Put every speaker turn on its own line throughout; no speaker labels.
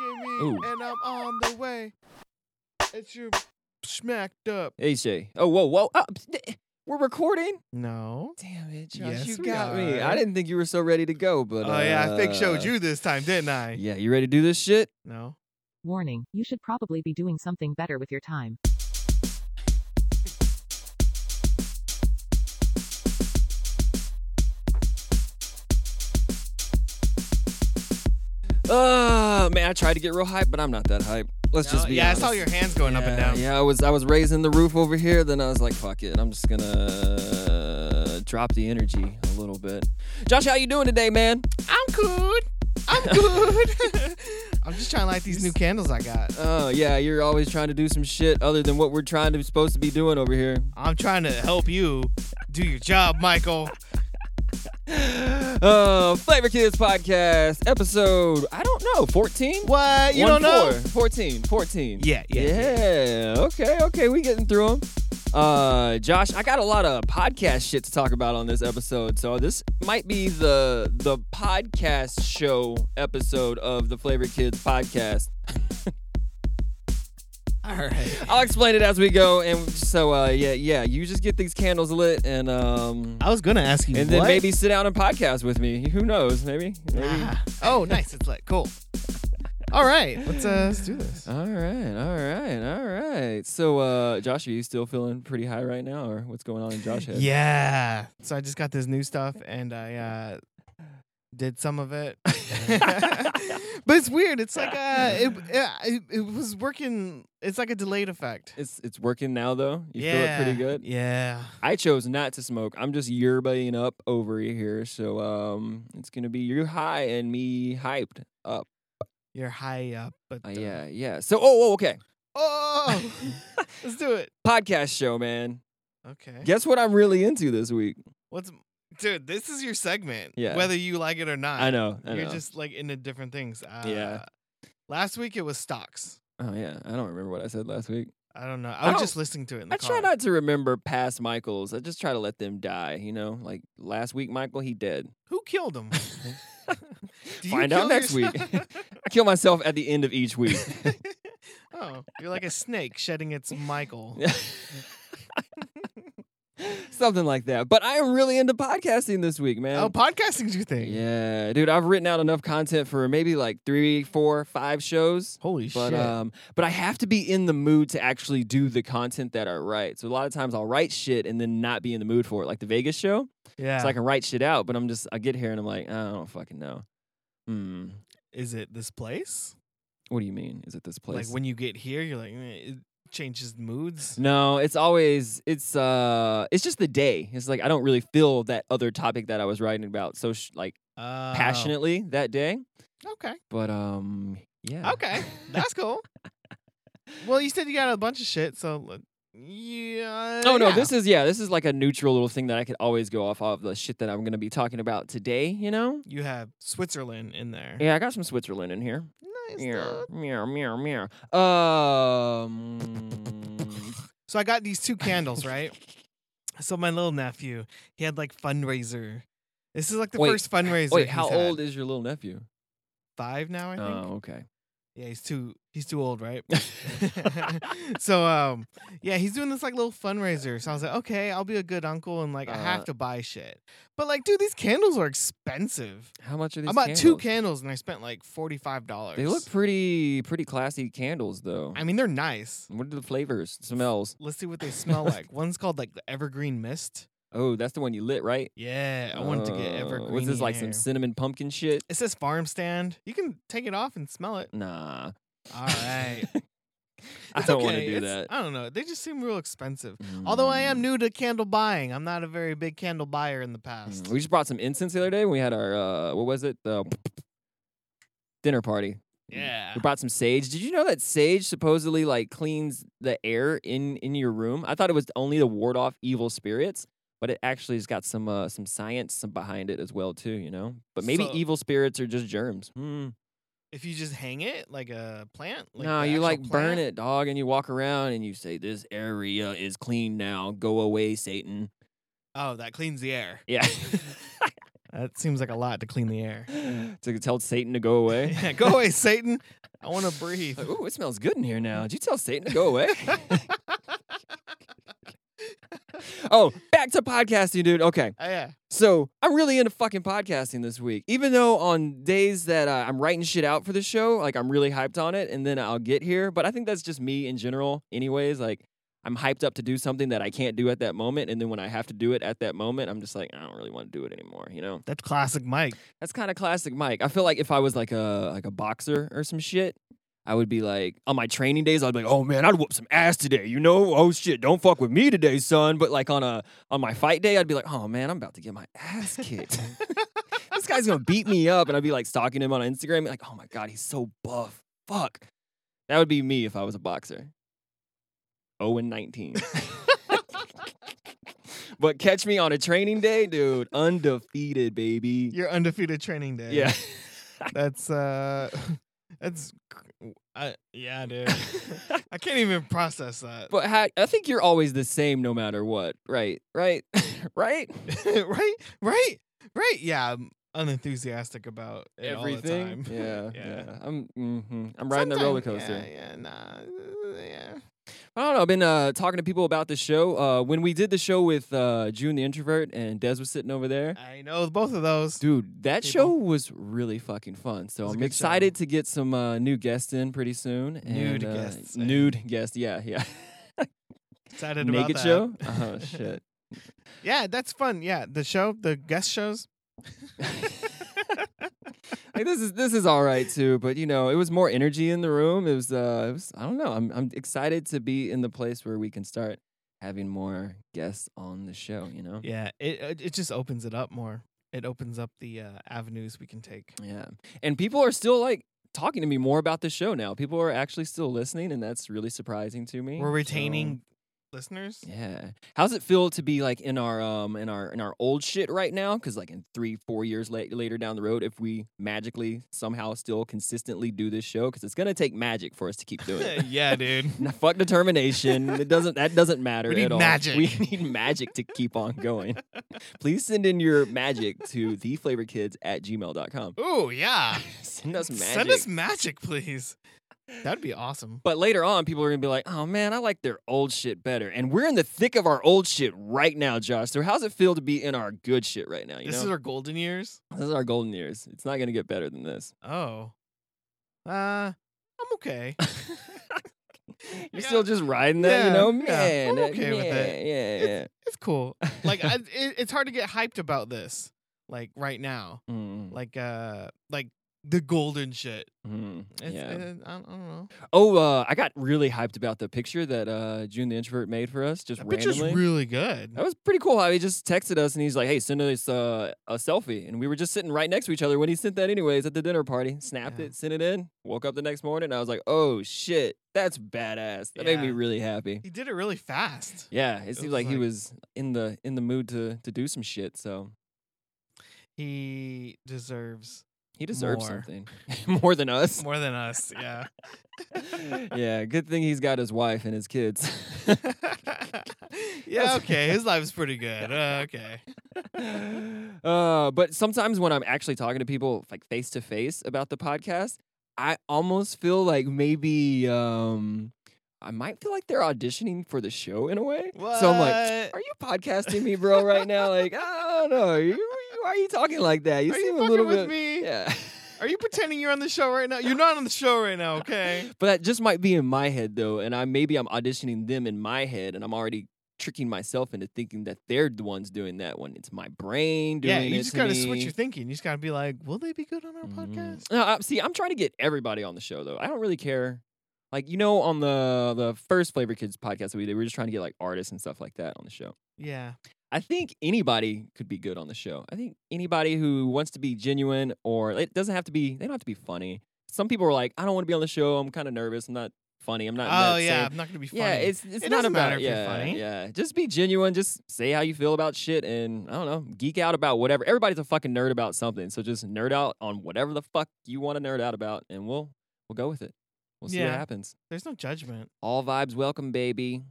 at me,
Ooh.
and I'm on the way. It's your smacked up.
AJ. Oh, whoa, whoa. Oh, th- we're recording?
No.
Damn it, Josh.
Yes,
you
we
got me.
are.
I didn't think you were so ready to go, but.
Oh yeah, I fake showed
uh,
you this time, didn't I?
Yeah, you ready to do this shit?
No.
Warning, you should probably be doing something better with your time.
Uh, man, I tried to get real hype, but I'm not that hype. Let's just
No,
be
yeah, I saw
honest.
your hands going up and
Yeah,
down.
Yeah, I was I was raising the roof over here, then I was like, fuck it, I'm just gonna drop the energy a little bit. Josh, how you doing today, man?
I'm good. I'm good. I'm just trying to light these new candles I got.
Oh yeah, you're always trying to do some shit other than what we're trying to supposed to be doing over here.
I'm trying to help you do your job, Michael.
Uh, Flavor Kids Podcast, episode, I don't know, 14?
What? You don't
One
know?
four. 14, 14.
Yeah, yeah,
Yeah, okay, okay, we getting through them. Uh, Josh, I got a lot of podcast shit to talk about on this episode, so this might be the the podcast show episode of the Flavor Kids Podcast.
All right.
I'll explain it as we go, and so uh, yeah, yeah, you just get these candles lit, and um,
I was gonna ask you.
and then
what?
maybe sit down and podcast with me. Who knows? Maybe. maybe.
Ah. Oh, nice. It's lit. Cool. All right. Let's uh, let's do this.
All right, all right, all right. So, uh, Josh, are you still feeling pretty high right now, or what's going on in Josh's head?
Yeah. So I just got this new stuff and I uh, did some of it. but it's weird. It's like uh, it, it it was working. It's like a delayed effect.
It's it's working now though. You feel it pretty good.
Yeah.
I chose not to smoke. I'm just yerbaing up over here, so um, it's gonna be you high and me hyped up.
You're high up, but
Uh,
uh,
yeah, yeah. So, oh, oh, okay.
Oh, let's do it.
Podcast show, man.
Okay.
Guess what I'm really into this week?
What's dude? This is your segment.
Yeah.
Whether you like it or not.
I know. I know.
You're just like into different things. Uh,
Yeah.
Last week it was stocks.
oh yeah. I don't remember what I said last week.
I don't know.
I
I was
don't-
just listening to it in the
Oh. I
car.
try not to remember past Michaels. I just try to let them die. You know, like last week, Michael, he dead.
Who killed him? Do you
Find out
kill
next
yourself?
week. I kill myself at the end of each week.
oh, you're like a snake shedding its Michael.
Something like that. But I am really into podcasting this week, man.
Oh, podcasting's your thing.
yeah, dude, I've written out enough content for maybe like three, four, five shows.
Holy
But
shit.
um, but I have to be in the mood to actually do the content that I write. So a lot of times I'll write shit and then not be in the mood for it. Like the Vegas show,
yeah.
so I can write shit out, but I'm just I get here and I'm like, I don't fucking know. Hmm.
Is it this place?
What do you mean? Is it this place?
Like when you get here, you're like, eh, it changes moods.
No, it's always it's uh it's just the day. It's like I don't really feel that other topic that I was writing about so sh- like
Oh.
passionately that day.
Okay.
But um yeah.
Okay. That's cool. well, you said you got a bunch of shit, so let- yeah.
Oh no,
yeah.
this is yeah, this is like a neutral little thing that I could always go off of the shit that I'm going to be talking about today, you know?
you have Switzerland in there.
Yeah, I got some Switzerland in here.
Nice.
Meow,
dog.
meow, meow, meow. Um
So I got these two candles, right? So my little nephew, he had like fundraiser. This is like the
Wait,
first fundraiser.
Wait, how
he's had.
old is your little nephew?
Five now, I think.
Oh, okay.
Yeah, he's too he's too old, right? so um yeah, he's doing this like little fundraiser. So I was like, okay, I'll be a good uncle and like I
Uh,
have to buy shit. But like, dude, these candles are expensive.
How much are these
I bought two
candles?
candles and I spent like forty five dollars.
They look pretty pretty classy candles though.
I mean, they're nice.
What are the flavors? Smells.
Let's see what they smell like. One's called like the evergreen mist.
Oh, that's the one you lit, right?
Yeah, I wanted to get
Uh,
evergreen.
What's this like
here.
some cinnamon pumpkin shit?
It says farm stand. You can take it off and smell it.
Nah.
All right.
I
It's
don't want
okay.
to do
It's-
that.
I don't know. They just seem real expensive. Although I am
Mm.
new to candle buying, I'm not a very big candle buyer in the past.
Mm. We just brought some incense the other day when we had our uh what was it? The dinner party.
Yeah.
We brought some sage. Did you know that sage supposedly like cleans the air in in your room? I thought it was only to ward off evil spirits, but it actually has got some uh some science some behind it as well too, you know? But maybe
So-
evil spirits are just germs. Hmm.
If you just hang it like a plant, like
no,
the
you
actual
like burn
plant,
it, dog, and you walk around and you say, "This area is clean now. Go away, Satan."
Oh, that cleans the air.
Yeah,
That seems like a lot to clean the air.
to tell Satan to go away.
Yeah, go away, Satan. I want to breathe.
Like, Ooh, it smells good in here now. Did you tell Satan to go away? oh, back to podcasting, dude. Okay.
Oh, yeah.
So I'm really into fucking podcasting this week. Even though on days that uh, I'm writing shit out for the show, like I'm really hyped on it, and then I'll get here. But I think that's just me in general, anyways. Like I'm hyped up to do something that I can't do at that moment, and then when I have to do it at that moment, I'm just like, I don't really want to do it anymore. You know,
That's classic Mike.
that's kind of classic Mike. I feel like if I was like a like a boxer or some shit. I would be like on my training days. I'd be like, "Oh man, I'd whoop some ass today, you know? Oh shit, don't fuck with me today, son." But like on a on my fight day, I'd be like, "Oh man, I'm about to get my ass kicked." this guy's gonna beat me up, and I'd be like stalking him on Instagram, like, oh my god, he's so buff. Fuck. That would be me if I was a boxer. 0 and 19. but catch me on a training day, dude. Undefeated, baby.
Your undefeated training day.
Yeah.
That's uh that's cr- I, yeah, dude. I can't even process that.
but ha- I think you're always the same no matter what. Right. Right. right.
right? Right? Right? Yeah, I'm unenthusiastic about it All the
Everything.
time.
Yeah,
Yeah.
yeah. I'm mhm. I'm riding the roller
Sometimes-
coaster.
Yeah, yeah, nah. uh, Yeah.
I don't know. I've been uh, talking to people about the show. Uh, when we did the show with uh, June the introvert and Des was sitting over there,
I know both of those.
Dude, that
people.
show was really fucking fun. So
was a
I'm
good
excited to get some uh, new guests in pretty soon. and,
Nude
uh,
guests, eh?
Nude guests. Yeah, yeah.
Excited about
Naked
that.
show. Oh shit.
Yeah, that's fun. Yeah, the show, the guest shows.
Like, this is this is all right too, but you know, it was more energy in the room. It was. Uh, it was. I don't know. I'm I'm excited to be in the place where we can start having more guests on the show. You know.
Yeah, it uh, it- it just opens it up more. It opens up the uh, avenues we can take.
Yeah. And people are still like talking to me more about the show now. People are actually still listening, and that's really surprising to me.
We're
so-
retaining listeners.
Yeah. How's it feel to be like in our um in our in our old shit right now? Because like in three four years la- later down the road, if we magically somehow still consistently do this show, because it's gonna take magic for us to keep doing it.
yeah, dude.
Nah, Fuck determination. It doesn't. That doesn't matter
We need
at all.
magic.
We need magic to keep on going. Please send in your magic to theflavorkids at gmail.com.
Ooh, yeah.
Send us magic.
Send us magic, please. That'd be awesome.
But later on, people are gonna be like, "Oh man, I like their old shit better." And we're in the thick of our old shit right now, Josh. So how's it feel to be in our good shit right now? You
this
know,
is our golden years.
this is our golden years. It's not gonna get better than this.
Oh. Uh, I'm okay.
You're
Yeah.
still just riding that, you
Yeah,
know,
yeah,
man.
I'm
that-
okay with it.
yeah, Yeah, yeah.
It's cool. Like, I, it, it's hard to get hyped about this. Like right now.
Mm,
Like, uh, like the golden shit.
mm,
It's,
yeah.
it- I, don't, I don't know.
oh, uh, I got really hyped about the picture that uh, June the introvert made for us, just
That
randomly. Oh.
picture's really good.
That was pretty cool how he just texted us and he's like, hey, send us uh, a selfie. And we were just sitting right next to each other when he sent that, anyways, at the dinner party. Snapped
Yeah.
it, sent it in, woke up the next morning. And I was like, oh shit, that's badass. That made me
Yeah.
really happy.
He did it really fast.
Yeah, it, seemed
was
like, he
like-
was in the in the mood to to do some shit. So
He deserves
he deserves
More.
something more than us.
more than us. Yeah.
yeah, good thing he's got his wife and his kids.
yeah, okay. His life's pretty good. Uh, okay.
uh, but sometimes when I'm actually talking to people like face to face about the podcast, I almost feel like maybe um, I might feel like they're auditioning for the show in a way. So I'm like,
What?
are you podcasting me, bro, right now? Like, I don't know. You, you- why are you talking like that? You
are you
seem
fucking
a little
with
bit.
me?
Yeah,
Are you pretending you're on the show right now? You're not on the show right now, okay?
but that just might be in my head though, and I maybe I'm auditioning them in my head, and I'm already tricking myself into thinking that they're the ones doing that one. It's my brain doing
yeah,
it.
you just
to
gotta
me.
switch your thinking. You just gotta be like, will they be good on our podcast?
Mm-hmm. No, I- see, I'm trying to get everybody on the show though. I don't really care. Like you know, on the the first Flavor Kids podcast that we did, we were just trying to get like artists and stuff like that on the show.
Yeah.
I think anybody could be good on the show. I think anybody who wants to be genuine or it doesn't have to be. They don't have to be funny. Some people are like, I don't want to be on the show. I'm kind of nervous. I'm not funny. I'm not. in
oh
that
yeah,
same-
I'm not gonna be funny.
yeah, it's it's
It
not
doesn't
about
matter if you're
yeah,
funny.
yeah. Just be genuine. Just say how you feel about shit, and I don't know, geek out about whatever. Everybody's a fucking nerd about something, so just nerd out on whatever the fuck you want to nerd out about, and we'll we'll go with it. We'll see what
Yeah.
happens.
There's no judgment.
All vibes welcome, baby.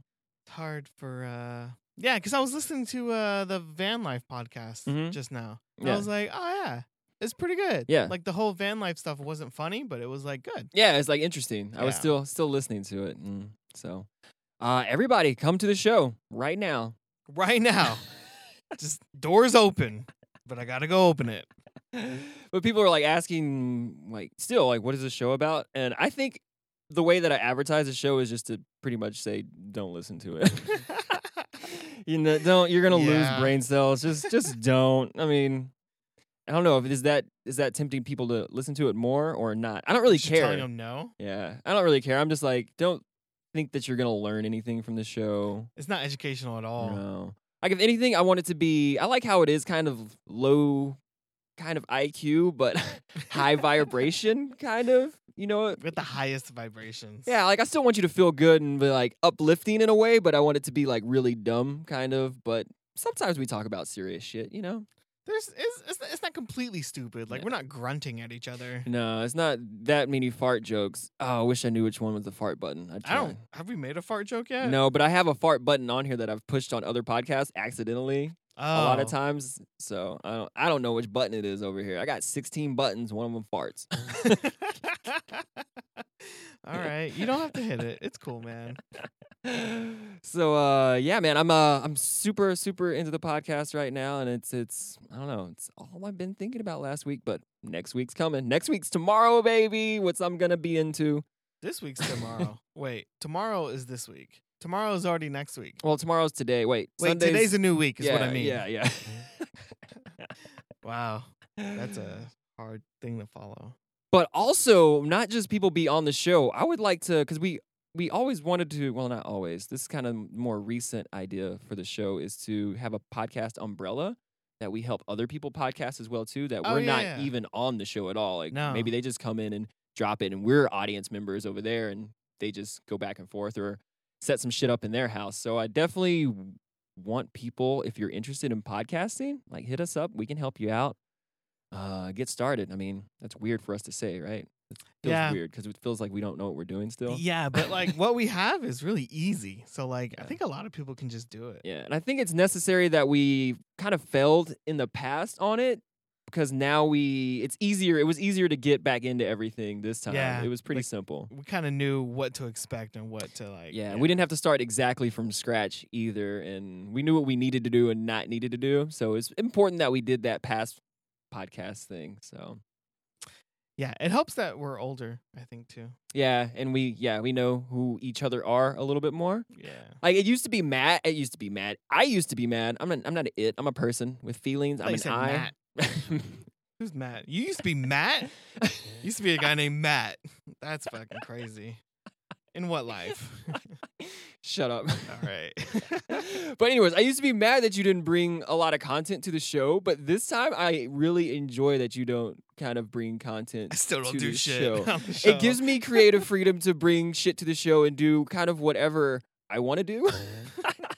It's hard for uh yeah, because I was listening to uh the Van Life podcast
Mhm.
just now. And
Yeah.
I was like, oh yeah. It's pretty good.
Yeah.
Like the whole van life stuff wasn't funny, but it was like good.
Yeah, it's like interesting. I was
Yeah.
still still listening to it. And so, uh, everybody, come to the show right now.
Right now, just doors open, but I gotta go open it.
but people are like asking, like, still, like, what is the show about? And I think the way that I advertise the show is just to pretty much say, don't listen to it. you know, don't. You're gonna lose
Yeah.
brain cells. Just, just don't. I mean, I don't know if is that is that tempting people to listen to it more or not. I don't really
Just
care.
Telling them no,
Yeah, I don't really care. I'm just like, don't think that you're gonna learn anything from the show.
it's not educational at all.
No. Like if anything, I want it to be. I like how it is kind of low, kind of IQ, but high vibration, kind of. You know.
With the highest vibrations.
Yeah, like I still want you to feel good and be like uplifting in a way, but I want it to be like really dumb, kind of. But sometimes we talk about serious shit, you know?
There's it's, it's, it's not completely stupid. Like
Yeah.
we're not grunting at each other.
No, it's not that many fart jokes. Oh, I wish I knew which one was the fart button. I'd
I
try.
don't. Have we made a fart joke yet?
No, but I have a fart button on here that I've pushed on other podcasts accidentally a lot of
Oh.
times. So I don't I don't know which button it is over here. I got 16 buttons. One of them farts.
All right, you don't have to hit it. It's cool, man.
so uh, yeah, man, I'm uh, I'm super super into the podcast right now, and it's it's I don't know, it's all I've been thinking about last week, but next week's coming. Next week's tomorrow, baby. What's I'm gonna be into?
This week's tomorrow. Wait, tomorrow is this week. Tomorrow is already next week.
Well, tomorrow's today. Wait,
Wait,
Sunday's,
today's a new week, is
yeah,
what I mean.
Yeah, yeah.
Wow, that's a hard thing to follow.
but also not just people be on the show. I would like to because we we always wanted to. Well, not always. This is kind of more recent idea for the show is to have a podcast umbrella that we help other people podcast as well too. That
Oh,
we're
yeah,
not
yeah.
even on the show at all. Like
No.
maybe they just come in and drop it, and we're audience members over there, and they just go back and forth or set some shit up in their house. So I definitely want people if you're interested in podcasting, like hit us up. We can help you out. Uh, get started. I mean, that's weird for us to say, right? It feels
Yeah.
weird because it feels like we don't know what we're doing still.
Yeah, but like what we have is really easy. So like, I
Yeah.
think a lot of people can just do it.
Yeah, and I think it's necessary that we kind of failed in the past on it because now we it's easier. It was easier to get back into everything this time.
Yeah,
it was pretty
like-
simple.
We kind of knew what to expect and what to like.
Yeah, and we didn't have to start exactly from scratch either, and we knew what we needed to do and not needed to do. So it's important that we did that past podcast thing. So
Yeah, it helps that we're older. I think too.
yeah, and we yeah we know who each other are a little bit more.
Yeah.
Like it used to be Matt. It used to be Matt. I used to be mad. I'm not. I'm not an it. I'm a person with feelings.
thought
I'm
you
an
said
I.
Matt. Who's Matt? You used to be Matt. used to be a guy named Matt. That's fucking crazy. In what life?
Shut up.
All right.
but anyways, I used to be mad that you didn't bring a lot of content to the show, but this time I really enjoy that you don't kind of bring content.
I still don't
To
do
the
shit.
show.
on the
It gives me creative freedom to bring shit to the show and do kind of whatever I want to do.
Uh-huh.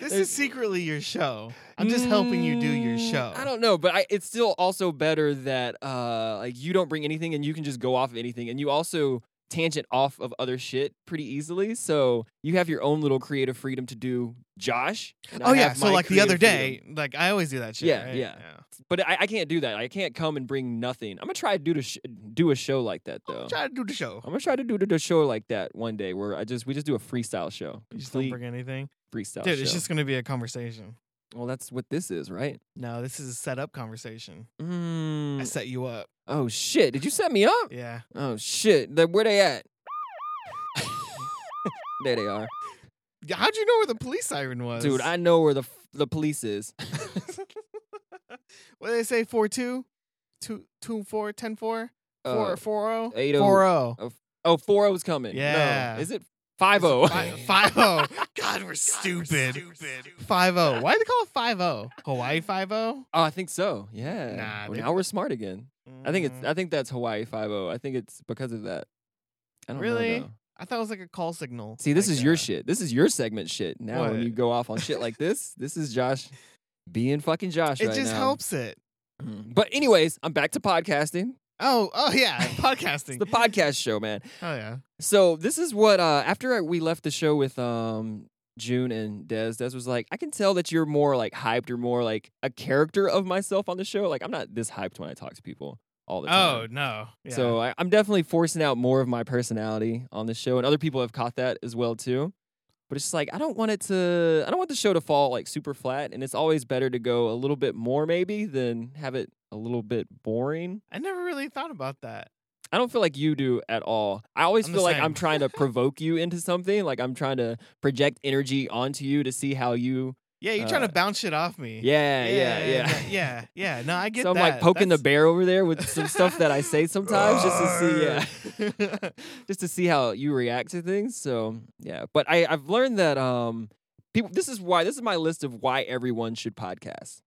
This
There's-
is secretly your show. I'm just helping you do your
Mm,
show.
I don't know, but I, it's still also better that uh, like you don't bring anything and you can just go off of anything, and you also tangent off of other shit pretty easily. So you have your own little creative freedom to do Josh. and I
Oh yeah.
have
So
my
like the other
creative
day,
freedom.
like I always do that shit.
Yeah,
right?
yeah. but I, I can't do that. I can't come and bring nothing. I'm gonna try to do the sh- do a show like that
I'm
though.
trying to do the show.
I'm gonna try to do the- the show like that one day where I just we just do a freestyle show,
You just don't
complete
bring anything,
freestyle
dude.
show.
It's just gonna be a conversation.
well, that's what this is, right?
No, this is a set up conversation. I
Mm.
set you up.
Oh shit! Did you set me up?
Yeah.
Oh shit! Then where they at? there they are,
Yeah, How'd you know where the police siren was,
dude. I know where the f- the police is.
what do they say? Four two, two two four ten four
Uh,
four four oh
eight oh-
four oh.
oh, four O's coming.
Yeah.
No. Is it five oh. O?
Five oh. God, we're stupid. Five oh. Why do they call it five oh? Hawaii five oh.
Oh, I think so.
Nah,
Yeah. Well,
they- Mm-hmm.
now we're smart again. I think
Mm.
it's. I think that's Hawaii Five O. I think it's because of that. I don't
Really?
Know, though.
I thought it was like a call signal.
See, this
like,
is your
uh,
shit. This is your segment shit. Now when
What?
you go off on shit like this, this is Josh being fucking Josh.
It
right
just
now.
helps it.
Mm. But anyways, I'm back to podcasting.
Oh, oh yeah,
It's
podcasting.
the podcast show, man.
oh yeah.
So this is what uh after I- we left the show with um June and Des. Des was like, I can tell that you're more like hyped or more like a character of myself on the show. Like I'm not this hyped when I talk to people all the
Oh
time.
no. Yeah.
So I, I'm definitely forcing out more of my personality on the show, and other people have caught that as well too. But it's just like I don't want it to. I don't want the show to fall like super flat, and it's always better to go a little bit more maybe than have it a little bit boring.
I never really thought about that.
I don't feel like you do at all. I always
I'm the
feel like I'm
same.
trying to provoke you into something. Like I'm trying to project energy onto you to see how you.
Yeah, you're trying
Uh,
to bounce shit off me.
Yeah, yeah, yeah.
yeah, yeah, yeah. No, I get
so I'm
that.
like poking
That's-
the bear over there with some stuff that I say sometimes just to see. Yeah. just to see how you react to things. So yeah, but I I've learned that um people. This is why this is my list of why everyone should podcast.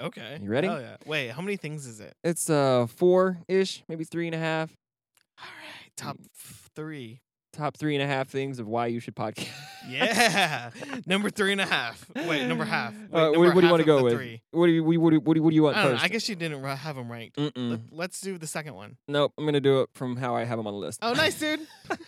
Okay.
You ready?
Hell yeah. Wait, how many things is it?
It's uh four ish, maybe three and a half,
All right, top f- three.
top three and a half things of why you should podcast.
Yeah, number three and a half. Wait, number half. Wait,
Uh, what,
number
what do you
half
want to
of
go
the
with?
Three.
What do you what do you, what do you, what do you want
I don't know.
first? Mm.
I guess you didn't ra- have them ranked.
Mm-mm.
Let, let's do the second one.
Nope, I'm gonna do it from how I have them on the list.
Oh, nice, dude.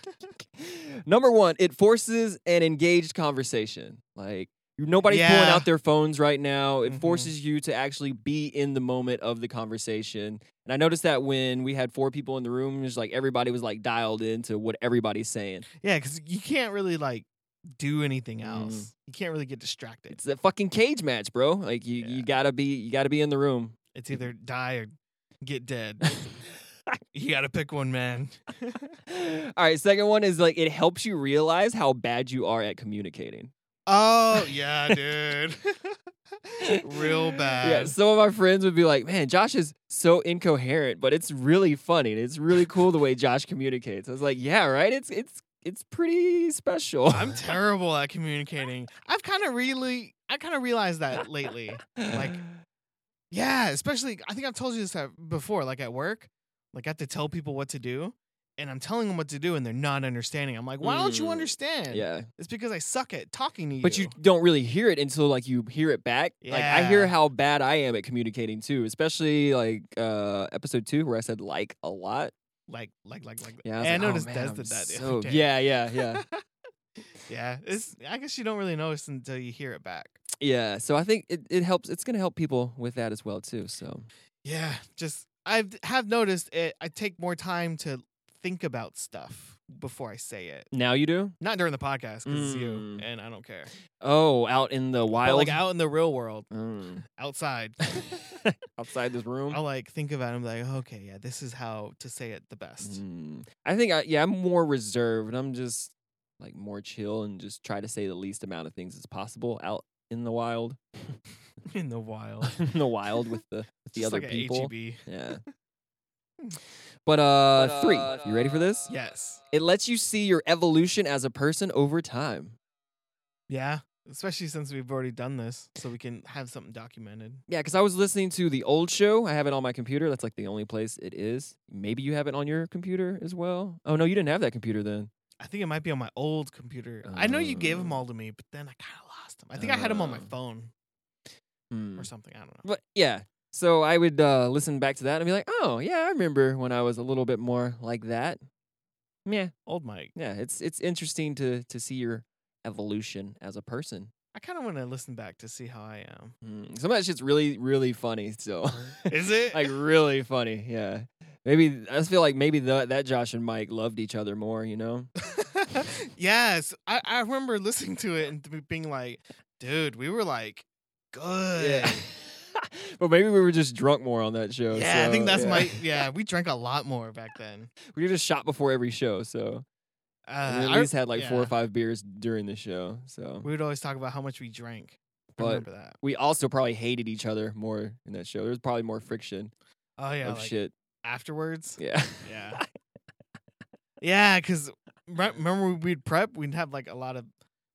Number one, it forces an engaged conversation. Like you- nobody's pulling
Yeah.
out their phones right now. It
Mhm.
forces you to actually be in the moment of the conversation. And I noticed that when we had four people in the room, it was like everybody was like dialed into what everybody's saying.
yeah, because you can't really like do anything
Mm.
else. You can't really get distracted.
It's a fucking cage match, bro. Like you,
Yeah.
you gotta be you gotta be in the room.
It's either die or get dead. you gotta pick one, man.
All right, second one is like it helps you realize how bad you are at communicating.
Oh yeah, dude. Real bad.
Yeah, some of our friends would be like, "Man, Josh is so incoherent, but it's really funny. And it's really cool the way Josh communicates." I was like, "Yeah, right. It's it's it's pretty special."
I'm terrible at communicating. I've kind of really, I kind of realized that lately. like, Yeah, especially I think I've told you this uh, before. Like at work, like I have to tell people what to do, and I'm telling them what to do, and they're not understanding. I'm like, why don't you
Mm,
understand?
yeah,
it's because I suck at talking to you.
but you don't really hear it until like you hear it back. Like I hear
Yeah.
how bad I am at communicating too, especially like uh episode two where I said like a lot.
like, like, like, like.
Yeah, I, was
and I
like, "Oh,
noticed
man,
Des
I'm
did that. the
So,
other day.
yeah, yeah, yeah.
yeah. It's I guess you don't really notice until you hear it back.
Yeah, so I think it, it helps. It's gonna help people with that as well too. So
Yeah, just I have noticed it. I take more time to think about stuff before I say it.
now you do.
Not during the podcast because it's you
Mm.
and I don't care.
Oh, out in the
But,
wild,
like out in the real world,
Mm.
outside.
outside this room.
I'll like think about it. I'm like, okay, yeah, this is how to say it the best.
Mm. I think I yeah, I'm more reserved. I'm just like more chill and just try to say the least amount of things as possible out in the wild.
In the wild.
in the wild with the with the
Just
other
like a E
people.
HEB.
Yeah. But uh, three. You ready for this?
Yes.
It lets you see your evolution as a person over time.
Yeah. Especially since we've already done this, so we can have something documented.
Yeah, because I was listening to the old show. I have it on my computer. That's like the only place it is. Maybe you have it on your computer as well. Oh no, you didn't have that computer then.
I think it might be on my old computer. I know you gave them
Oh.
all to me, but then I kind of lost them. I think I had them on my
Oh.
phone
Hmm.
or something. I don't know.
But yeah, so I would uh, listen back to that and be like, oh yeah, I remember when I was a little bit more like that. Yeah,
Old Mike.
yeah, it's it's interesting to to see your evolution as a person.
I kind of want to listen back to see how I am.
Mm. Some of that shit's really really funny still,
Is it?
like really funny. Yeah, maybe I just feel like maybe the, that Josh and Mike loved each other more. You know?
yes. I, I remember listening to it and th- being like, dude, we were like good.
but maybe we were just drunk more on that show.
Yeah, I think
so,
that's
yeah.
my. Yeah, we drank a lot more back then.
We were just shot before every show, so
Uh,
we
I-
at least had like four or
yeah.
five beers during the show. So
We would always talk about how much we drank. I
But-
remember that.
we also probably hated each other more in that show. There was probably more friction
Oh yeah,
of
like
shit.
afterwards.
Yeah.
Yeah. yeah, because remember we- we'd prep. We'd have like a lot of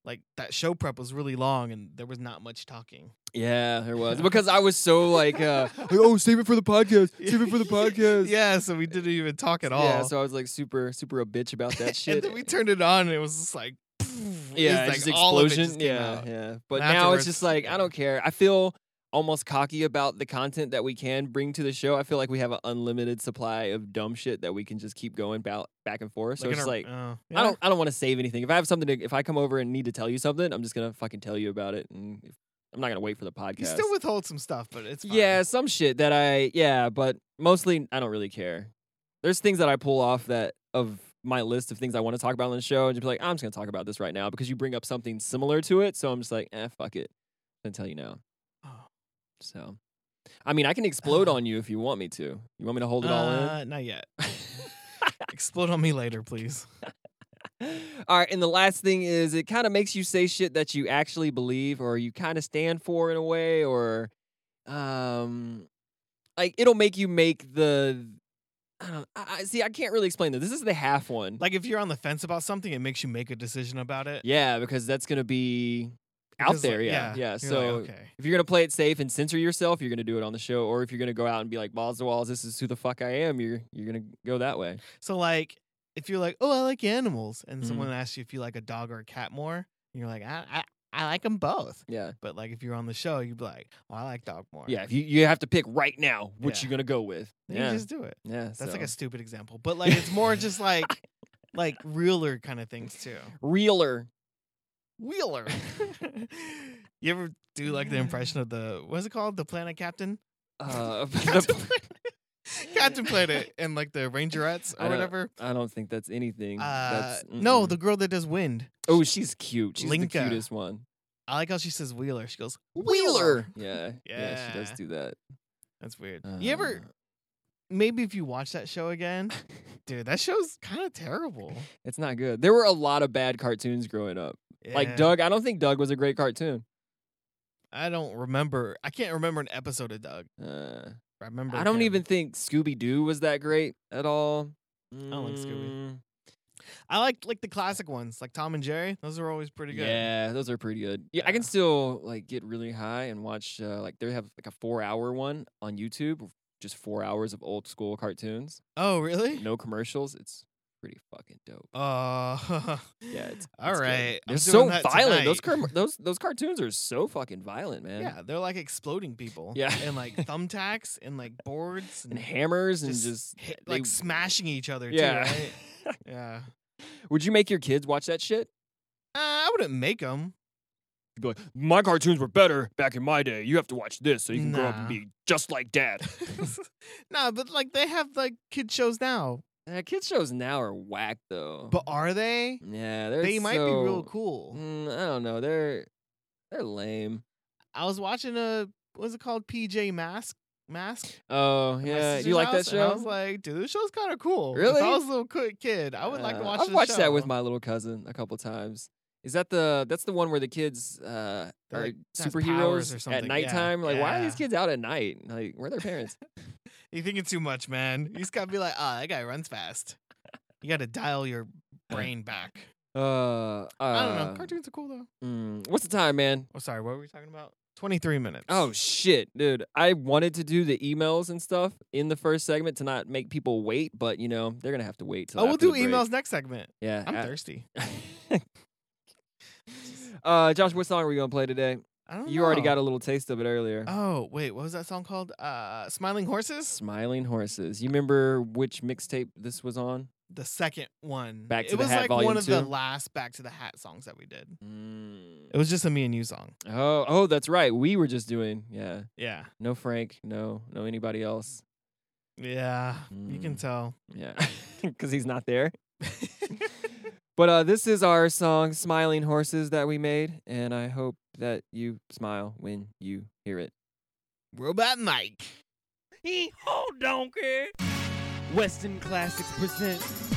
like that show prep was really long and there was not much talking.
yeah, there was. Because I was so like, uh, like, oh, save it for the podcast. Save it for the podcast.
yeah, so we didn't even talk at all.
Yeah, so I was like super, super a bitch about that shit.
and then we turned it on and it was just like. pff,
yeah,
it's
it's
like
just
all of it
explosion.
just came
yeah,
out.
yeah. But
And
now it's
afterwards,
just like I
yeah.
don't care. I feel almost cocky about the content that we can bring to the show. I feel like we have an unlimited supply of dumb shit that we can just keep going ba- back and forth. So
Looking
it's just
ar-
like
oh,
I
yeah.
don't I don't want to save anything. If I have something to if I come over and need to tell you something, I'm just gonna fucking tell you about it and if, I'm not gonna wait for the podcast.
You still withhold some stuff, but it's fine.
yeah, some shit that I yeah, but mostly I don't really care. There's things that I pull off that of my list of things I want to talk about on the show and just be like, I'm just gonna talk about this right now because you bring up something similar to it. So I'm just like, eh, fuck it. I'm gonna tell you now.
Oh.
So I mean I can explode
Uh.
on you if you want me to. You want me to hold it all in?
Uh, Not yet. Explode on me later, please.
All right, and the last thing is it kind of makes you say shit that you actually believe or you kind of stand for in a way or um like it'll make you make the I don't I, I see I can't really explain this. This is the half one.
Like if you're on the fence about something, it makes you make a decision about it.
yeah, because that's going to be out
Because, like,
there, yeah. Yeah,
You're like,
so
okay.
if you're going to play it safe and censor yourself, you're going to do it on the show or if you're going to go out and be like balls to walls, this is who the fuck I am, you're you're going to go that way.
So like if you're like, oh, I like animals, and
Mhm.
someone asks you if you like a dog or a cat more, and you're like, I I, I like them both.
Yeah.
But like if you're on the show, you'd be like, oh, I like dog more.
Yeah, if you you have to pick right now which
Yeah.
you're going to go with.
Then
yeah.
you just do it.
yeah,
That's like
so.
a stupid example, but like it's more just like like realer kind of things too.
reeler.
Wheeler. you ever do like the impression of the what's it called? The planet captain?
Uh,
Captain
the-
Planet- Captain Planet and like the Rangerettes
I
or
don't-
whatever.
I don't think that's anything.
Uh,
that's,
no,
mm-mm.
the girl that does wind.
oh, she's cute. She's the
Linka.
cutest one.
I like how she says Wheeler. She goes
Yeah, yeah, she does
Yeah.
do that.
That's weird. you ever?
Uh,
Maybe if you watch that show again, dude, that show's kind of terrible.
It's not good. There were a lot of bad cartoons growing up.
Yeah.
Like Doug, I don't think Doug was a great cartoon.
I don't remember. I can't remember an episode of Doug.
Uh,
I remember.
I don't
him.
even think Scooby Doo was that great at all.
don't like Scooby.
Mm,
I liked like the classic ones, like Tom and Jerry. Those are always pretty good.
Yeah, those are pretty good. Yeah, I can
Yeah.
still like get really high and watch uh, like they have like a four hour one on YouTube, just four hours of old school cartoons.
Oh, really?
no commercials. It's pretty fucking dope.
Oh.
Yeah, it's
all
it's good.
right.
They're
I'm
so
doing that
violent. Those
tonight.
com- those those cartoons are so fucking violent, man.
Yeah, they're like exploding people.
Yeah.
and like thumbtacks and like boards and,
and hammers and
just,
just.
hit-
they-
like smashing each other.
Yeah.
too, right? yeah.
Would you make your kids watch that shit?
Uh, I wouldn't make them.
You'd be like, my cartoons were better back in my day. You have to watch this so
Nah.
just like dad.
no, but like they have like kid shows now.
uh, kids shows now are whack though.
But are they?
yeah, Uh-huh. they're
they might be real
so-
cool.
Mm, I don't know. They're they're lame.
I was watching a what's it called? PJ Mask Mask.
Oh
at my
yeah,
sister's
you like that
house, and I
show?
was like, dude, this show's kind of cool. If
Really?
I was a little ki- kid, I would like to
Uh,
watch.
I've
this
watched that with
show.
my little cousin a couple times. Is that the that's the one where the kids uh,
They're
are
like- has powers or
superheroes at
something, yeah,
nighttime? Like, why are these
yeah.
kids out at night? Like, where are their parents?
You're thinking too much, man. You just gotta be like, ah, that guy runs fast. You gotta dial your brain back.
uh, uh,
I don't know. Cartoons are cool though.
mm, what's the time, man?
Oh, sorry. What were we talking about? Twenty-three minutes.
Oh shit, dude! I wanted to do the emails and stuff in the first segment to not make people wait, but you know they're gonna have to wait till.
oh, we'll
after
do
the break.
emails next segment.
Yeah,
I'm
a-
thirsty.
uh, Josh, what song are we gonna play today?
I don't.
You already
know.
got a little taste of it earlier.
Oh wait, what was that song called? Uh, Smiling Horses.
Smiling Horses. You remember which mixtape this was on?
The second one.
Back to
it
the
was
Hat
like
Volume
one of the
Two?
last Back to the Hat songs that we did.
Mm.
It was just a me and you song.
Oh, oh, that's right. We were just doing, yeah.
Yeah.
No Frank, no, no anybody else.
Yeah. You can
Mm.
tell.
Yeah, because he's not there. but uh, this is our song, "Smiling Horses," that we made, and I hope that you smile when you hear it.
Robot Mike.
He hold donkey. Western Classics presents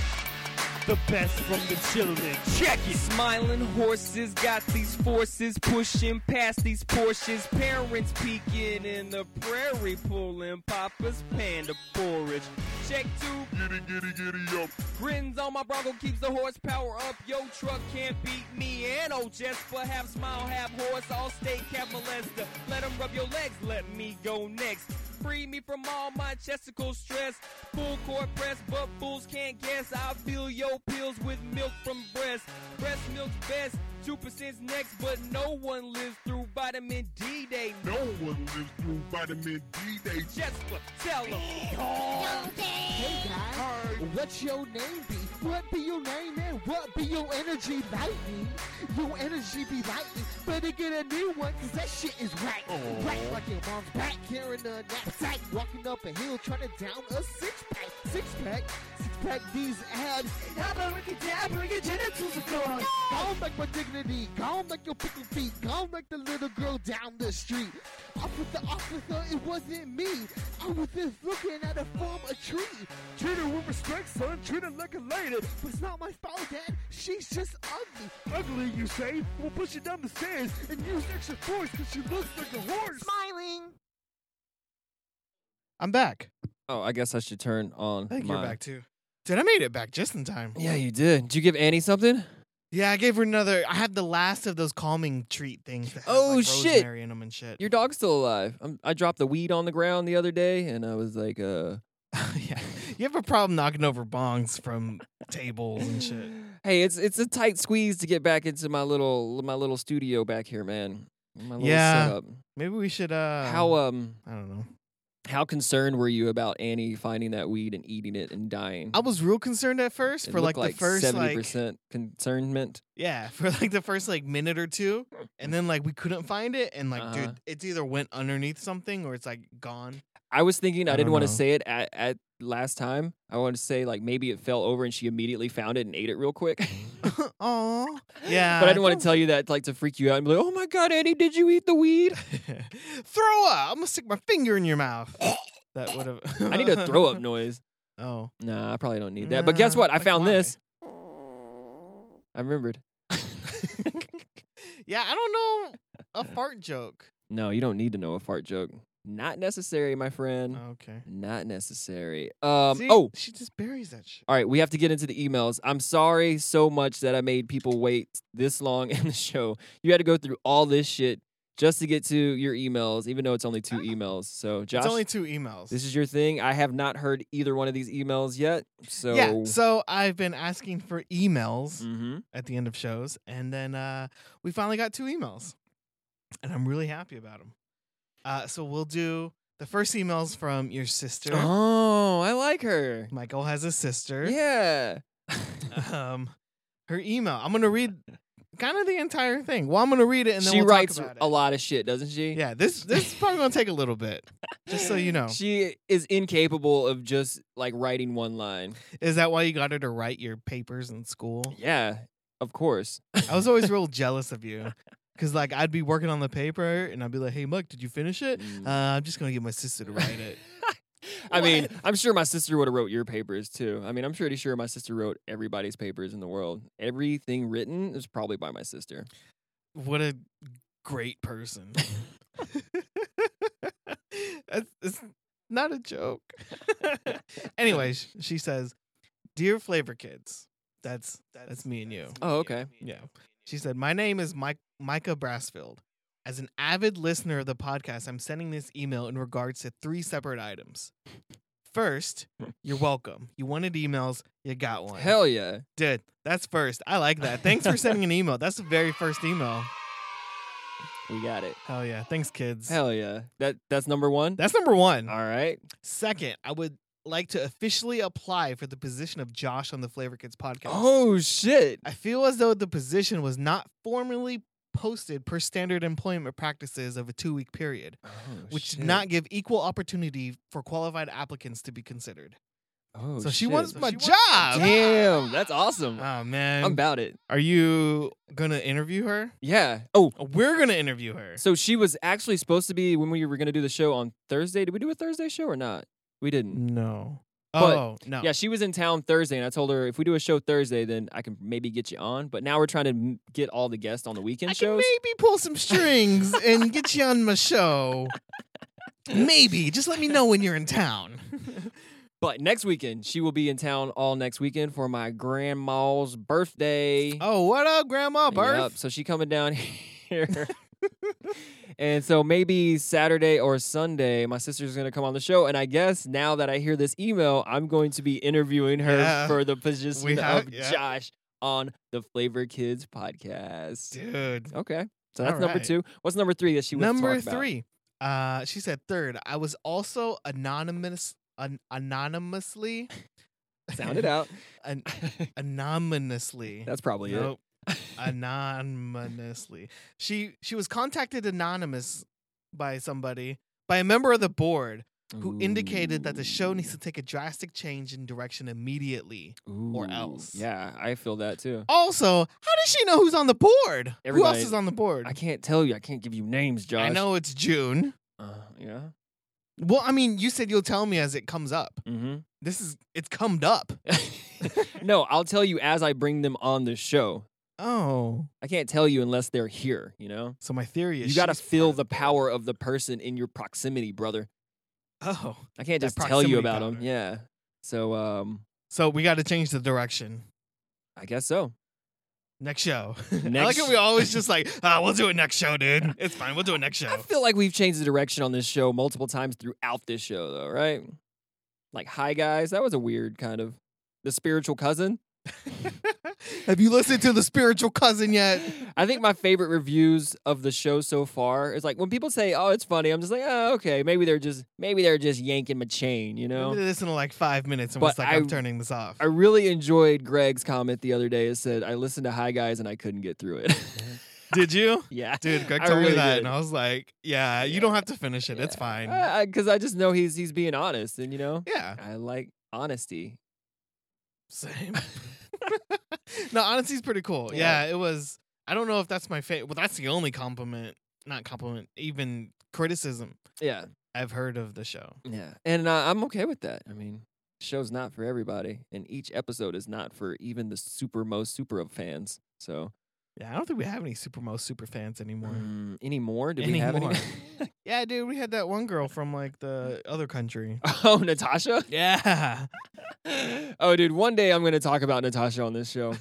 the best from the children. Check it.
Smiling horses got these forces pushing past these Porsches. Parents peeking in the prairie, pulling Papa's panda porridge. Check two. Giddy, giddy, giddy up. Grins on my Bronco keeps the horsepower up. Yo, truck can't beat me and old Jess. But have smile, have horse, all state cat molester. Let 'em rub your legs, let me go next. Free me from all my chesticle stress. Full court press, but fools can't guess. I fill your pills with milk from breast. Breast milk's best. 2%'s next, but no one lives through vitamin D Day.
No one lives through vitamin D Day.
Jesper, tell 'em.
Hey guys, what's your name be? What be your name and what be your energy lightning? Your energy be lightning. Better get a new one, cause that shit is right.
Aw.
Right like your mom's back, carrying a knapsack, walking up a hill, trying to down a six pack. Six pack, six pack these abs. Abba, ricky dab, ricky genitals are gone. Gone like my dignity, gone like your pickle feet, gone like the little girl down the street. Officer, officer, it wasn't me. I was just looking at a form a tree. Treat her with respect, son. Treat her like a lady. But it's not my fault, Dad. She's just ugly. Ugly, you say? We'll push you down the stairs and use extra force because she looks like a horse. Smiling.
I'm back.
Oh, I guess I should turn on.
I think
my...
you're back too. Dude, I made it back just in time.
Yeah, you did. Did you give Annie something?
Yeah, I gave her another. I had the last of those calming treat things. That have,
Oh,
like,
shit.
Rosemary in them and shit.
Your dog's still alive. I'm, I dropped the weed on the ground the other day, and I was like, uh,
yeah, you have a problem knocking over bongs from tables and shit.
"Hey, it's it's a tight squeeze to get back into my little my little studio back here, man. My little
Yeah.
setup.
Maybe we should. Uh,
How um
I don't know.
how concerned were you about Annie finding that weed and eating it and dying?
I was real concerned at first
It
for like,
looked
the first
seventy
like
percent concernment.
yeah for like the first like minute or two, and then like we couldn't find it, and like
Uh-huh.
dude, it's either went underneath something or it's like gone.
I was thinking I,
I
didn't
don't
want to
know.
say it at, at last time. I wanted to say like maybe it fell over and she immediately found it and ate it real quick.
Oh yeah,
but I didn't want to tell you that like to freak you out and be like, "Oh my god, Annie, did you eat the weed?"
throw up. I'm gonna stick my finger in your mouth. That would have.
I need a throw up noise.
Oh,
Nah, I probably don't need that. But guess
Nah,
what? I
like,
found
why?
this. I remembered.
yeah. I don't know a fart joke.
No, you don't need to know a fart joke. Not necessary, my friend.
okay.
Not necessary. Um
Oh. See,
oh,
she just buries that shit.
all right, we have to get into the emails. I'm sorry so much that I made people wait this long in the show. You had to go through all this shit just to get to your emails, even though it's only two emails. So, Josh,
It's only two emails.
this is your thing. I have not heard either one of these emails yet. So,
Yeah. So I've been asking for emails
hmm
at the end of shows, and then uh, we finally got two emails, and I'm really happy about them. Uh, so we'll do the first emails from your sister.
Oh, I like her.
Michael has a sister.
Yeah.
um, her email. I'm gonna read kind of the entire thing. Well, I'm gonna read it and then
she
we'll
writes
talk about it.
a lot of shit, doesn't she?
Yeah, this this is probably gonna take a little bit. Just so you know,
She is incapable of just like writing one line.
is that why you got her to write your papers in school?
Yeah, of course.
I was always real jealous of you, because like I'd be working on the paper and I'd be like, "Hey, Mike, did you finish it?"
Mm.
Uh, I'm just gonna get my sister to write it.
I mean,
What?
I'm sure my sister would have wrote your papers too. I mean, I'm pretty sure my sister wrote everybody's papers in the world. Everything written is probably by my sister.
What a great person. it's, it's not a joke. Anyways, she says, "Dear Flavor Kids, that's that's me and you."
Oh, okay.
Yeah. She said, "My name is Mike Micah Brassfield. As an avid listener of the podcast, I'm sending this email in regards to three separate items. First, you're welcome. You wanted emails, you got one.
Hell yeah.
dude, that's first. I like that. Thanks for sending an email. That's the very first email.
We got it.
Hell yeah. Thanks, kids.
Hell yeah. That that's number 1.
That's number one.
All right.
Second, I would like to officially apply for the position of Josh on the Flavor Kids podcast.
Oh shit.
I feel as though the position was not formally posted per standard employment practices of a two week period,
Oh,
which
shit.
did not give equal opportunity for qualified applicants to be considered.
Oh,
so she
shit.
wants my job.
Damn, that's awesome.
Oh man.
I'm about it.
Are you gonna interview her?
Yeah. Oh,
We're gonna interview her.
So she was actually supposed to be when we were going to do the show on Thursday. Did we do a Thursday show or not? We didn't.
No.
But-
oh no.
Yeah, she was in town Thursday, and I told her if we do a show Thursday, then I can maybe get you on. But now we're trying to m- get all the guests on the weekend
I can
shows.
maybe pull some strings and get you on my show. Maybe. Just let me know when you're in town.
But next weekend, she will be in town all next weekend for my grandma's birthday.
Oh, what up, Grandma Birth?
Yep, so she coming down here. and so maybe Saturday or Sunday, my sister's gonna come on the show. And I guess now that I hear this email, I'm going to be interviewing her
Yeah.
for the position
We have-
of
yeah.
Josh on the Flavor Kids podcast.
Dude.
Okay. So that's
All
number
right.
two. What's number three that she was
Number
talk about?
three. Uh, she said third. I was also anonymous, an- anonymously.
Sound it out.
An- anonymously.
That's probably
nope. anonymously. She she was contacted anonymous by somebody by a member of the board
it.
who indicated that the show
Ooh.
needs to take a drastic change in direction immediately. or
Ooh.
else.
Yeah, I feel that too.
Also, how does she know who's on the board? who else
Everybody-
is on the board?
I can't tell you. I can't give you names, Josh.
I know it's June.
Uh, yeah.
Well, I mean, you said you'll tell me as it comes up.
Mm-hmm.
This is it's comed up.
no, I'll tell you as I bring them on the show.
Oh,
I can't tell you unless they're here, you know?
so my theory is
you got to
she's
feel
part
the power of the person in your proximity, brother.
of- Oh,
I can't
That
just tell
proximity
you about them.
powder.
Yeah. So um
so we got to change the direction.
I guess so.
Next show. I like
Next-
how we always just like, ah, we'll do it next show, dude. It's fine. We'll do it next show.
I feel like we've changed the direction on this show multiple times throughout this show though, right? Like hi guys, that was a weird kind of the spiritual cousin.
Have you listened to the spiritual cousin yet?
I think my favorite reviews of the show so far is like when people say, "Oh, it's funny." I'm just like, "Oh, okay, maybe they're just maybe they're just yanking my chain," you know.
We did this in like five minutes, and
But
it's like,
I-
I, am turning this off.
I really enjoyed Greg's comment the other day. It said, "I listened to High Guys and I couldn't get through it."
did you?
yeah,
Dude, Greg
I
told
really
me that,
did.
and I was like, yeah, Ah. you don't have to finish it. It's
Yeah.
fine.
because I, just know he's he's being honest, and you know,
yeah,
I like honesty.
same. no, honesty's pretty cool.
Yeah.
Yeah. it was. I don't know if that's my favorite. Well, that's the only compliment, not compliment, even criticism
Yeah,
I've heard of the show.
yeah, and uh, I'm okay with that. I mean, the show's not for everybody, and each episode is not for even the super most super of fans. So
Yeah, I don't think we have any super most super fans anymore.
mm, any more? Do we have any?
Anymore. Yeah, dude, we had that one girl from like the other country.
oh, Natasha.
Yeah.
oh, dude, one day I'm gonna talk about Natasha on this show.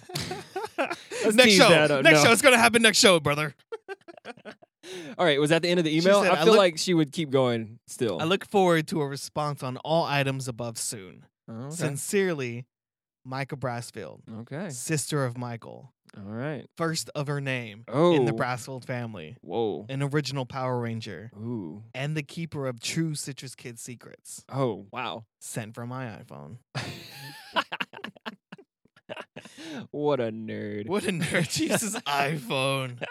Let's
next
tease
show.
that out.
next
No.
show. It's gonna happen next show, brother.
All right, was that the end of the
She
email?
said,
I
"I
feel
look-
like she would keep going still.
I look forward to a response on all items above soon.
Oh, okay.
Sincerely, Micah Brassfield,
okay.
sister of Michael,
All right.
first of her name in the
Oh.
Brassfield family,
Whoa.
an original Power Ranger,
Ooh.
and the keeper of true Citrus Kid secrets,
Oh, wow.
sent from my iPhone.
what a nerd.
What a nerd! Jesus, iPhone.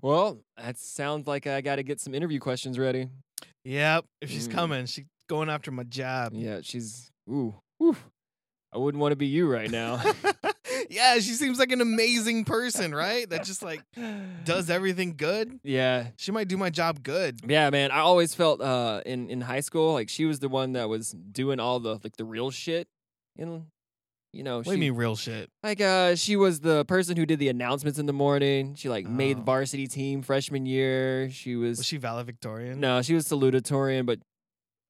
well, that sounds like I got to get some interview questions ready.
Yep, if she's
Mm.
coming, she's going after my job.
Yeah, she's ooh. Whew. I wouldn't want to be you right now.
yeah, she seems like an amazing person, right? That just like does everything good.
Yeah.
She might do my job good.
Yeah, man. I always felt uh in in high school like she was the one that was doing all the like the real shit and you know,
What do
she
you mean, real shit?
Like uh, she was the person who did the announcements in the morning. She like made the
Oh.
varsity team freshman year. She was,
Was she valedictorian?
no, she was salutatorian, but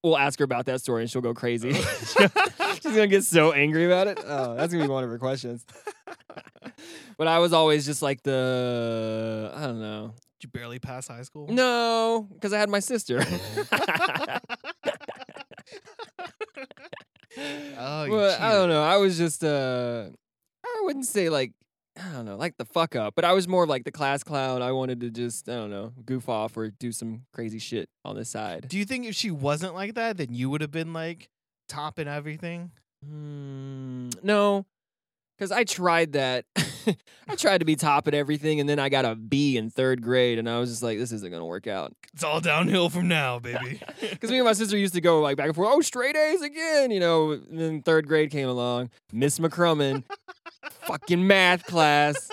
we'll ask her about that story and she'll go crazy. She's
Oh.
gonna get so angry about it. Oh, that's gonna be one of her questions. but I was always just like the I don't know.
Did you barely pass high school?
No, because I had my sister.
Oh, you
well, I
cheater.
don't know. I was just uh I wouldn't say like I don't know, like the fuck up, but I was more of like the class clown. I wanted to just I don't know, goof off or do some crazy shit on the side.
Do you think if she wasn't like that, then you would have been like topping everything?
Hmm, no, because I tried that. I tried to be top at everything, and then I got a B in third grade, and I was just like, this isn't gonna work out.
It's all downhill from now, baby.
Because me and my sister used to go like back and forth. Oh, straight A's again, you know. And then third grade came along. Miss McCrumman, fucking math class,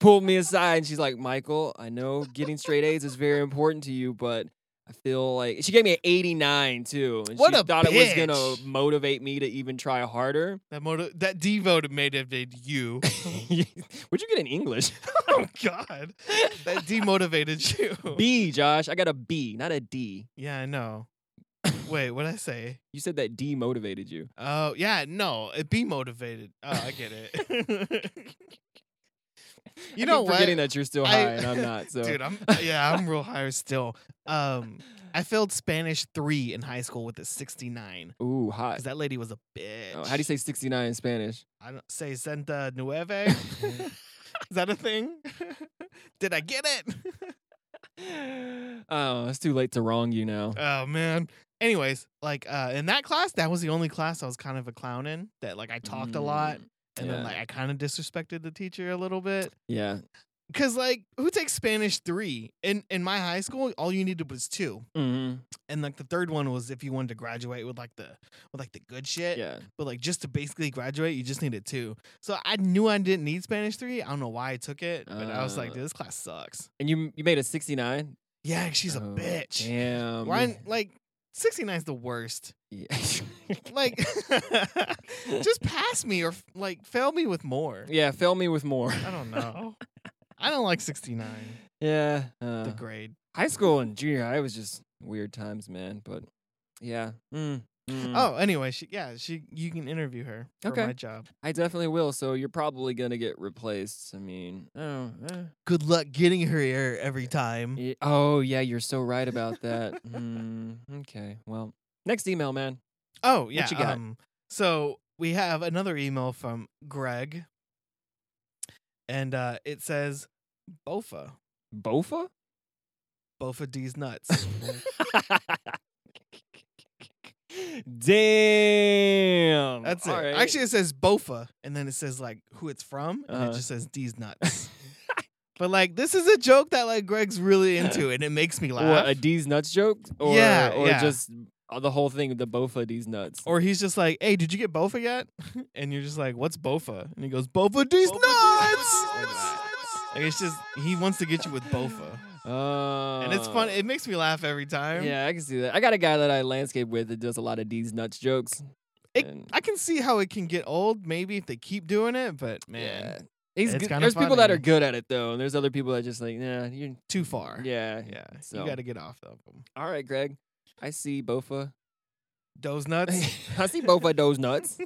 pulled me aside and she's like, "Michael, I know getting straight A's is very important to you, but I feel like she gave me an 89 too, and
What
she
a
thought it was
bitch.
gonna motivate me to even try harder.
that moto- that devo motivated you.
Would you get an English
oh God, that demotivated you.
B, Josh? I got a B, not a D.
yeah, I know. Wait, what would I say?
You said that D motivated you.
Oh yeah, no, it be motivated. Oh, I get it. You know
keep
what?
Forgetting that you're still
I-
high and I'm not. So
Dude, I'm uh, yeah, I'm real high still. Um, I failed Spanish three in high school with a 69
ooh, hot.
because that lady was a bitch.
Oh, how do you say 69 in Spanish?
I don't say senta nueve. Is that a thing? Did I get it?
Oh, it's too late to wrong you now.
oh man. Anyways, like uh, in that class, that was the only class I was kind of a clown in. That like I talked a lot, and
Mm, yeah.
then like I kind of disrespected the teacher a little bit.
Yeah.
Cause like who takes Spanish three? In in my high school, all you needed was two.
hmm
and like the third one was if you wanted to graduate with like the with like the good shit
Yeah.
but like just to basically graduate you just needed two so i knew i didn't need spanish three i don't know why i took it but i was like
Uh.
dude this class sucks
And you you made a 69?
yeah she's a
Oh,
bitch
Damn.
Ryan, like 69 is the worst
Yeah.
like just pass me or like fail me with more
yeah, fill me with more.
i don't know i don't like 69
Yeah. Uh,
the grade
high school and junior high was just weird times, man. But yeah. Mm, mm.
oh anyway she yeah she you can interview her for
Okay.
my job
I definitely will. So you're probably going to get replaced. I mean, oh, eh.
good luck getting her air every time
Ye- oh, yeah, you're so right about that. mm, okay. Well, next email, man.
Oh yeah.
you got?
Um, so we have another email from Greg, and uh, it says, "Bofa,
Bofa?
Bofa D's nuts."
Damn.
That's it.
All right.
Actually, it says Bofa, and then it says like who it's from, and
Uh-huh.
it just says D's nuts. but like this is a joke that like Greg's really into, and it makes me laugh.
What, a D's nuts joke? Or,
Yeah,
Or
yeah.
just uh, the whole thing, the Bofa D's nuts.
or he's just like, "Hey, did you get Bofa yet?" and you're just like, "What's Bofa?" And he goes, "Bofa D's nuts." Like it's just he wants to get you with Bofa.
Uh,
and it's fun. It makes me laugh every time.
yeah, I can see that. I got a guy that I landscape with that does a lot of D's nuts jokes.
It-
And-
I can see how it can get old, maybe if they keep doing it. But man,
Yeah. He's
It's
good.
kinda
There's people that
funny.
are good at it though, and there's other people that just like, nah, you're
too far.
yeah.
yeah.
So-
You got to get off of them.
All right, Greg. I see Bofa.
Those nuts.
I see Bofa those nuts.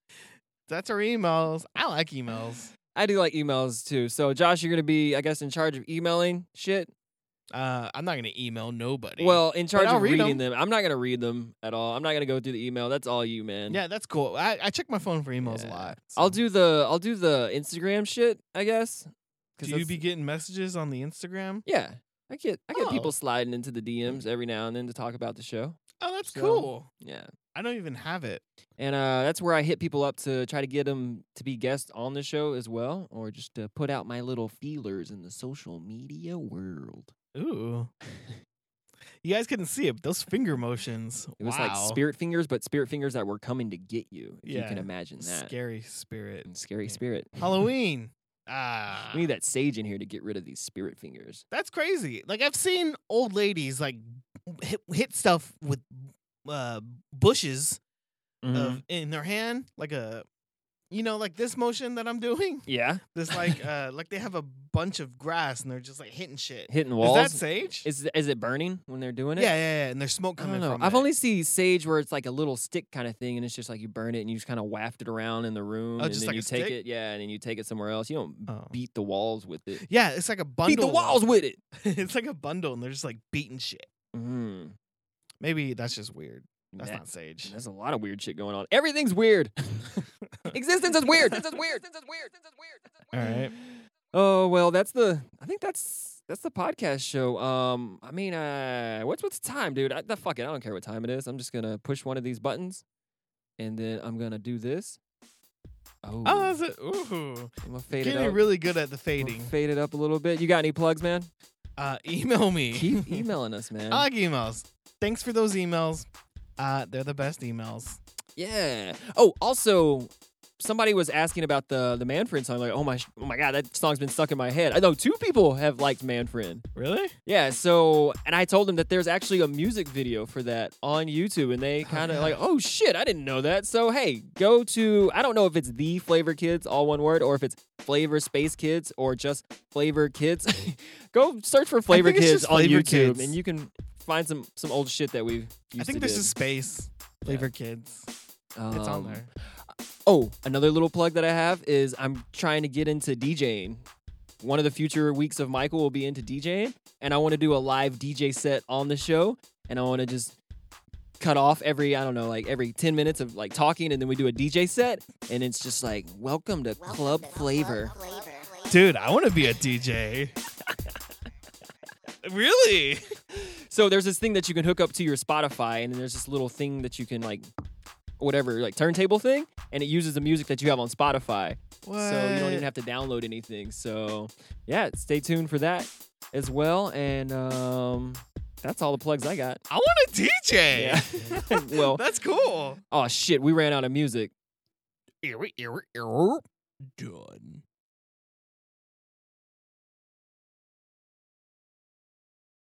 That's our emails. I like emails.
I do like emails too. So Josh, you're gonna be, I guess, in charge of emailing shit.
Uh, I'm not gonna email nobody.
Well, in charge
I'll
of
read
reading them. I'm not gonna read them at all. I'm not gonna go through the email. That's all you, man.
yeah, that's cool. I, I check my phone for emails
Yeah.
a lot.
I'll
so.
do the I'll do the Instagram shit, I guess.
Do
'cause
you
that's-
be getting messages on the Instagram?
Yeah. I get I get people
Oh. Mm.
sliding into the DMs every now and then to talk about the show.
Oh, that's
So-
cool.
Yeah.
I don't even have it.
And uh, that's where I hit people up to try to get them to be guests on the show as well, or just to put out my little feelers in the social media world.
Ooh. You guys couldn't see it, but those finger motions.
It was
wow.
like spirit fingers, but spirit fingers that were coming to get you. If you can
Yeah.
imagine that.
Scary spirit.
And scary
Yeah.
spirit.
Halloween. Ah.
we need that sage in here to get rid of these spirit fingers.
That's crazy. Like I've seen old ladies like hit, hit stuff with uh, bushes
Mm-hmm.
of, in their hand, like a you know, like this motion that I'm doing.
Yeah.
This like uh, like they have a bunch of grass and they're just like hitting shit.
Hitting
Is
walls.
that sage?
Is is it burning when they're doing
yeah,
it?
yeah, yeah. And there's smoke
I don't
coming
know.
from
I've
it.
only seen sage where it's like a little stick kind of thing, and it's just like you burn it and you just kind of waft it around in the room,
Oh,
and
just like
then you
a
take
stick?
it, yeah, and then you take it somewhere else. You don't
Oh.
beat the walls with it.
Yeah, it's like a bundle.
Beat the walls with it.
it's like a bundle, and they're just like beating shit.
Mm,
Maybe that's just weird. That's
that-
not sage.
There's a lot of weird shit going on. Everything's weird. Existence is weird. Existence is weird. Existence is weird. Existence is
All
weird.
right.
Oh well, that's the. I think that's that's the podcast show. Um, I mean, uh, what's what's the time, dude? I, the fuck it, I don't care what time it is. I'm just gonna push one of these buttons, and then I'm gonna do this. Oh,
Oh, that's it. Ooh,
I'm gonna fade it
getting
up.
really good at the
I'm
fading.
gonna Fade it up a little bit. You got any plugs, man?
Uh, email me.
Keep emailing us, man.
I like emails. Thanks for those emails. Uh, they're the best emails.
Yeah. Oh, also, somebody was asking about the the Manfriend song. Like, oh my, oh my god, that song's been stuck in my head. I know two people have liked Manfriend.
Really?
Yeah. So, and I told them that there's actually a music video for that on YouTube, and they kind of
yeah.
like, oh shit, I didn't know that. So hey, go to I don't know if it's the Flavor Kids, all one word, or if it's Flavor Space Kids, or just Flavor Kids. go search for Flavor
think it's
Kids
just
on
Flavor
YouTube,
Kids.
and you can find some some old shit that we've. Used
I think
to
this
do.
is space. Flavor Kids. It's on
Um,
there.
Oh, another little plug that I have is I'm trying to get into DJing. One of the future weeks of Michael will be into DJing, and I want to do a live DJ set on the show, and I want to just cut off every I don't know like every 10 minutes of like talking and then we do a DJ set and it's just like welcome to club flavor.
Dude, I want to be a DJ. really?
So there's this thing that you can hook up to your Spotify, and then there's this little thing that you can like, whatever, like turntable thing, and it uses the music that you have on Spotify. So you don't even have to download anything. So yeah, stay tuned for that as well. And um, that's all the plugs I got.
I want to DJ.
Yeah. well,
That's cool.
oh shit, we ran out of music.
Done.